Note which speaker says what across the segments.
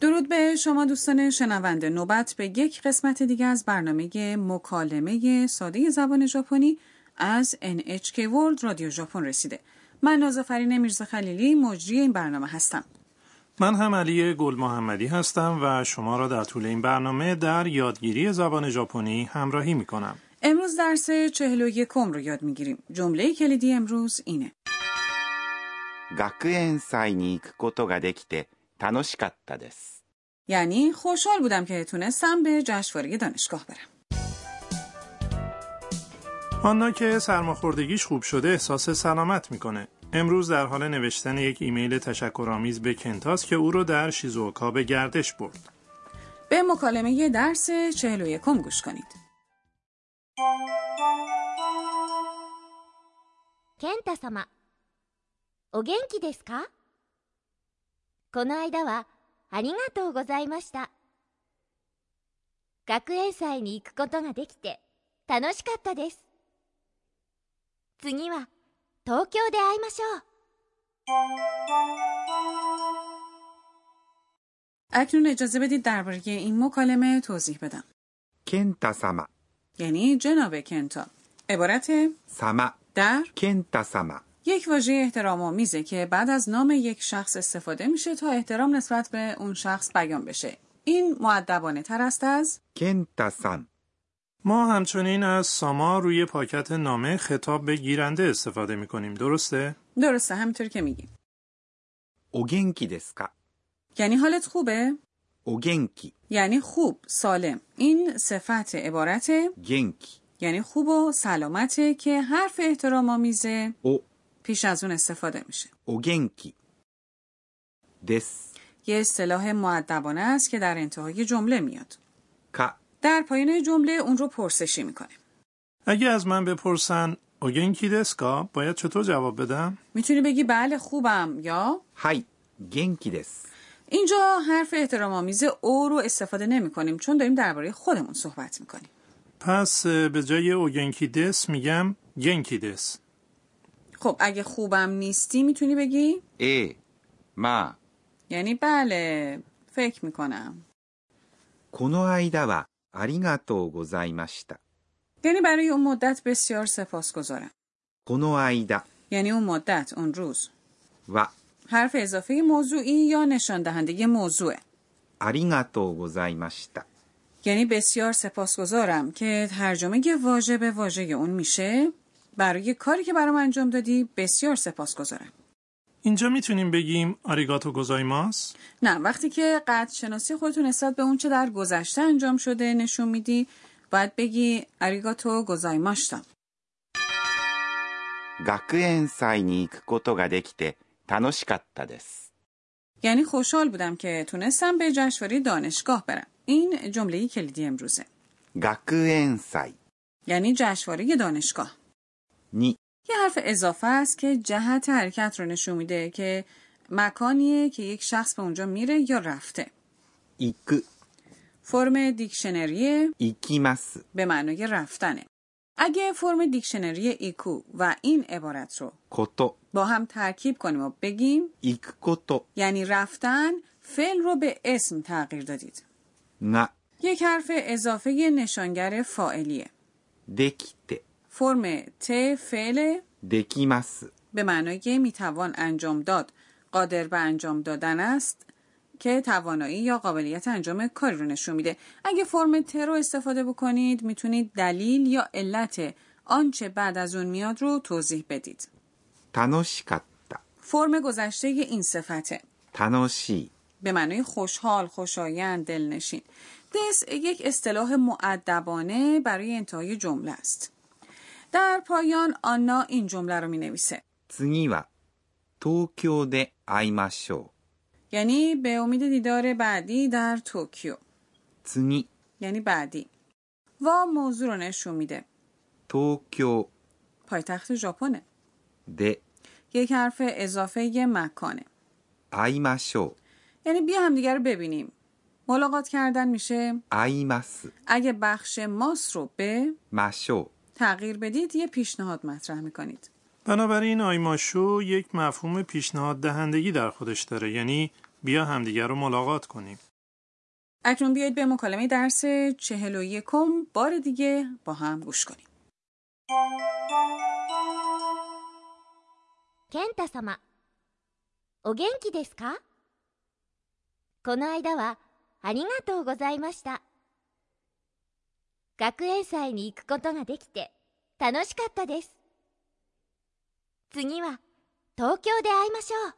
Speaker 1: درود به شما دوستان شنونده نوبت به یک قسمت دیگه از برنامه مکالمه ساده زبان ژاپنی از NHK World رادیو ژاپن رسیده من نازافرین میرزا خلیلی مجری این برنامه هستم
Speaker 2: من هم علی گل محمدی هستم و شما را در طول این برنامه در یادگیری زبان ژاپنی همراهی می کنم.
Speaker 1: امروز درس چهل و یکم رو یاد میگیریم جمله کلیدی امروز اینه
Speaker 3: 学園祭に行くことができて楽しかったです。
Speaker 1: یعنی خوشحال بودم که تونستم به جشنواره دانشگاه برم
Speaker 2: آنا که سرماخوردگیش خوب شده احساس سلامت میکنه. امروز در حال نوشتن یک ایمیل تشکرآمیز به کنتاس که او رو در شیزوکا به گردش برد.
Speaker 1: به مکالمه درس چهل و یکم گوش کنید
Speaker 4: 健太様お元気ですかこの間はありがとうございました学園祭に行くことができて楽しかったです次は東京で会いましょう
Speaker 1: اکنون اجازه بدید درباره این مکالمه توضیح بدم
Speaker 3: ケンタ様、
Speaker 1: یعنی جناب کنتا عبارت
Speaker 3: 様、
Speaker 1: در
Speaker 3: ケンタ様、
Speaker 1: یک واژه احترام آمیزه که بعد از نام یک شخص استفاده میشه تا احترام نسبت به اون شخص بیان بشه این معدبانه تر است از
Speaker 3: ケンタさん、
Speaker 2: ما همچنین از ساما روی پاکت نامه خطاب به گیرنده استفاده میکنیم درسته؟
Speaker 1: درسته همینطور که میگیم
Speaker 3: お元気ですか
Speaker 1: یعنی حالت خوبه
Speaker 3: お元気、
Speaker 1: یعنی خوب سالم این صفت عبارت
Speaker 3: 元気、
Speaker 1: یعنی خوب و سلامته که حرف احترام آمیزه
Speaker 3: お、
Speaker 1: پیش از اون استفاده میشه
Speaker 3: お元気です
Speaker 1: یه اصطلاح معدبانه است که در انتهای جمله میاد
Speaker 3: か、
Speaker 1: در پایان جمله اون رو پرسشی میکنه
Speaker 2: اگه از من بپرسن اوگنکی دسکا باید چطور جواب بدم؟
Speaker 1: میتونی بگی بله خوبم یا
Speaker 3: はい、元気です。
Speaker 1: اینجا حرف احترام آمیز او رو استفاده نمی کنیم چون داریم درباره خودمون صحبت میکنیم
Speaker 2: پس اه، به جای اوگنکی دس میگم گنکی دس
Speaker 1: خب اگه خوبم نیستی میتونی بگی
Speaker 3: ええ、まあ、
Speaker 1: یعنی بله فکر میکنم
Speaker 3: この間はありがとうございました。
Speaker 1: یعنی برای اون مدت بسیار سپاسگزارم
Speaker 3: この間
Speaker 1: یعنی اون مدت اون روز
Speaker 3: は
Speaker 1: حرف اضافه موضوعی یا نشان دهنده موضوعه
Speaker 3: ありがとうございました。
Speaker 1: یعنی بسیار سپاسگزارم که ترجمه واژه به واژه اون میشه برای کاری که برام انجام دادی بسیار سپاسگزارم
Speaker 2: اینجا میتونیم بگیم آریگاتو گوزایماس
Speaker 1: نه وقتی که قد شناسی خودتون نسبت به اون چه در گذشته انجام شده نشون میدی باید بگی اریگاتو گزایماشتا
Speaker 3: 学園祭に行くことができて楽しかったです。
Speaker 1: یعنی خوشحال بودم که تونستم به جشنواره دانشگاه برم این جمله کلیدی امروزه
Speaker 3: 学園祭
Speaker 1: یعنی جشنواره دانشگاه
Speaker 3: に
Speaker 1: یه حرف اضافه است که جهت حرکت رو نشون میده که مکانیه که یک شخص به اونجا میره یا رفته
Speaker 3: 行く、
Speaker 1: فرم دیکشنری
Speaker 3: 行きます。
Speaker 1: به معنای رفتنه اگه فرم دیکشنری ایکو و این عبارت رو
Speaker 3: こと、
Speaker 1: با هم ترکیب کنیم و بگیم
Speaker 3: 行くこと、
Speaker 1: یعنی رفتن فعل رو به اسم تغییر دادید
Speaker 3: が、
Speaker 1: یک حرف اضافه نشانگر فاعلیه
Speaker 3: できて、
Speaker 1: فرم ت فعل
Speaker 3: できます。
Speaker 1: به معنای میتوان انجام داد قادر به انجام دادن است که توانایی یا قابلیت انجام کاری رو نشون میده اگه فرم ت رو استفاده بکنید میتونید دلیل یا علت آنچه بعد از اون میاد رو توضیح بدید
Speaker 3: 楽しかった、
Speaker 1: فرم گذشته این صفته
Speaker 3: 楽しい、
Speaker 1: به معنای خوشحال، خوشایند، دلنشین. دس یک اصطلاح معدبانه برای انتهای جمله است. در پایان آنا این جمله رو می نویسه.
Speaker 3: 次は東京で会いましょう。
Speaker 1: یعنی به امید دیدار بعدی در توکیو.
Speaker 3: 次、
Speaker 1: یعنی بعدی. و موضوع رو نشون میده.
Speaker 3: 東京
Speaker 1: پایتخت ژاپنه.
Speaker 3: で
Speaker 1: یک حرف اضافه مکانه.
Speaker 3: 会いましょう。
Speaker 1: یعنی بیا همدیگر رو ببینیم. ملاقات کردن میشه
Speaker 3: 会います。
Speaker 1: اگه بخش ماس رو به
Speaker 3: ましょ
Speaker 1: تغییر بدید یه پیشنهاد مطرح میکنید.
Speaker 2: بنابراین آیماشو یک مفهوم پیشنهاد دهندگی در خودش داره یعنی بیا همدیگر رو ملاقات کنیم
Speaker 1: اکنون بیایید به مکالمه درس چهل و یکم بار دیگه با هم گوش کنیم
Speaker 4: 健太様お元気ですかこの間はありがとうございました学園祭に行くことができて楽しかったです次は東京で会いましょう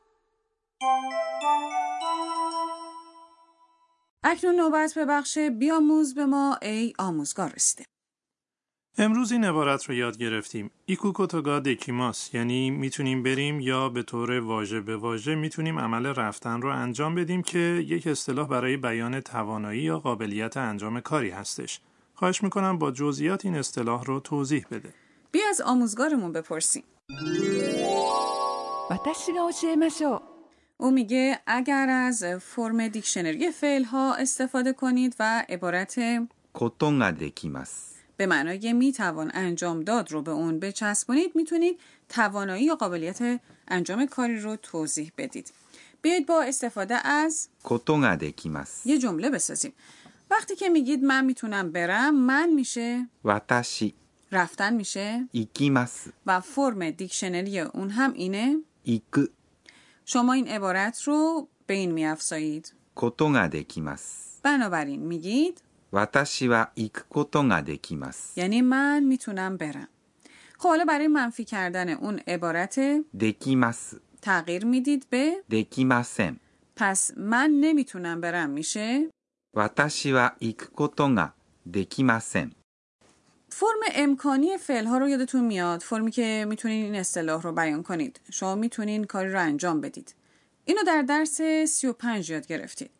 Speaker 1: اکنون نوبت به بخش بیاموز به ما ای آموزگار رسیده
Speaker 2: امروز این عبارت رو یاد گرفتیم ایکوکوتوگا دکیماس یعنی میتونیم بریم یا به طور واژه به واژه میتونیم عمل رفتن رو انجام بدیم که یک اصطلاح برای بیان توانایی یا قابلیت انجام کاری هستش خواهش میکنم با جزئیات این اصطلاح رو توضیح بده
Speaker 1: بیا از آموزگارمون بپرسیم
Speaker 5: 私が教えましょう
Speaker 1: او میگه اگر از فرم دیکشنری فعل ها استفاده کنید و عبارت
Speaker 3: ことができます。
Speaker 1: به معنای میتوان انجام داد رو به اون بچسبونید میتونید توانایی یا قابلیت انجام کاری رو توضیح بدید بیایید با استفاده از
Speaker 3: ことができます。
Speaker 1: یه جمله بسازیم وقتی که میگید من میتونم برم من میشه
Speaker 3: 私、
Speaker 1: رفتن میشه
Speaker 3: 行きます。
Speaker 1: و فرم دیکشنری اون هم اینه
Speaker 3: 行く。
Speaker 1: شما این عبارت رو به این میافزایید
Speaker 3: ことができます。
Speaker 1: بنابراین میگید
Speaker 3: 私は行くことができます。
Speaker 1: یعنی من میتونم برم خب حالا برای منفی کردن اون عبارت
Speaker 3: できます。
Speaker 1: تغییر میدید به
Speaker 3: できません。
Speaker 1: پس من نمیتونم برم میشه
Speaker 3: 私は行くことができません。
Speaker 1: فرم امکانی فعل ها رو یادتون میاد فرمی که میتونین این اصطلاح رو بیان کنید شما میتونین کاری رو انجام بدید اینو در درس 35 یاد گرفتید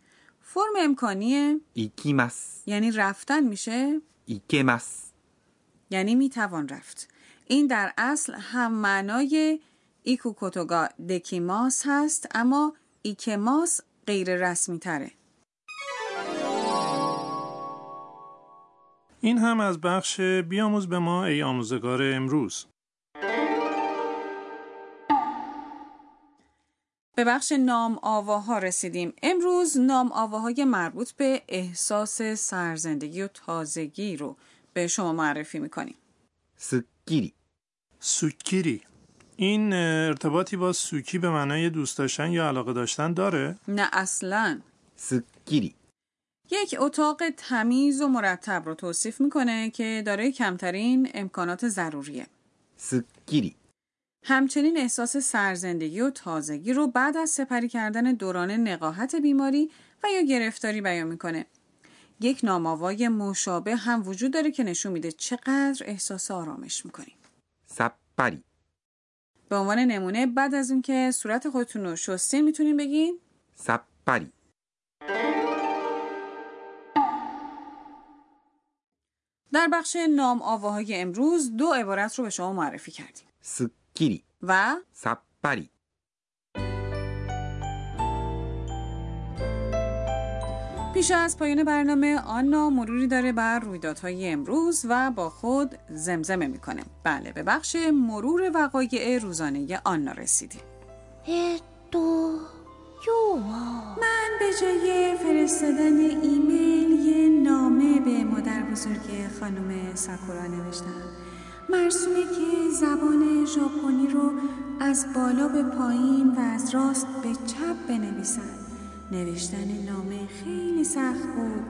Speaker 1: فرم امکانی
Speaker 3: 行きます。
Speaker 1: یعنی رفتن میشه
Speaker 3: 行けます。
Speaker 1: یعنی میتوان رفت این در اصل هم معنای ایکوکوتوگا دکیماس هست اما ایکماس غیر رسمی تره
Speaker 2: این هم از بخش بیاموز به ما ای آموزگار امروز
Speaker 1: به بخش نام آواها رسیدیم امروز نام آواهای مربوط به احساس سرزندگی و تازگی رو به شما معرفی میکنیم
Speaker 3: すっきり。
Speaker 2: سوکیری این اه، ارتباطی با سوکی به معنای دوست داشتن یا علاقه داشتن داره
Speaker 1: نه اصلا
Speaker 3: すっきり。
Speaker 1: یک اتاق تمیز و مرتب رو توصیف میکنه که دارای کمترین امکانات ضروریه
Speaker 3: すっきり。
Speaker 1: همچنین احساس سرزندگی و تازگی رو بعد از سپری کردن دوران نقاهت بیماری و یا گرفتاری بیان میکنه. یک نامآوای مشابه هم وجود داره که نشون میده چقدر احساس آرامش میکنیم.
Speaker 3: さっぱり。
Speaker 1: به عنوان نمونه بعد از اون که صورت خودتون رو شستین میتونین بگین
Speaker 3: さっぱり。
Speaker 1: در بخش نام آواهای امروز دو عبارت رو به شما معرفی کردیم
Speaker 3: すっきり。
Speaker 1: و
Speaker 3: さっぱり。
Speaker 1: پیش از پایان برنامه آنا مروری داره بر رویدادهای امروز و با خود زمزمه میکنه بله به بخش مرور وقایع روزانه آنا رسیدیم
Speaker 4: えっと今日は
Speaker 1: من به جای فرستادن ایمیل یه نامه به مادر بزرگ خانم ساکورا نوشتم مرسومه که زبان ژاپنی رو از بالا به پایین و از راست به چپ بنویسن نوشتن نامه خیلی سخت بود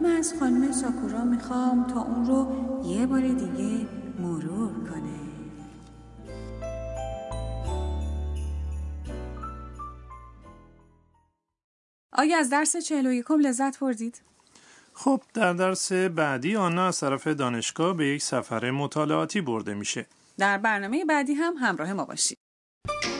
Speaker 1: من از خانم ساکورا میخوام تا اون رو یه بار دیگه مرور کنه آیا از درس چهل و یکم لذت بردید؟
Speaker 2: خب در درس بعدی آنا از طرف دانشگاه به یک سفر مطالعاتی برده میشه
Speaker 1: در برنامه بعدی هم همراه ما باشید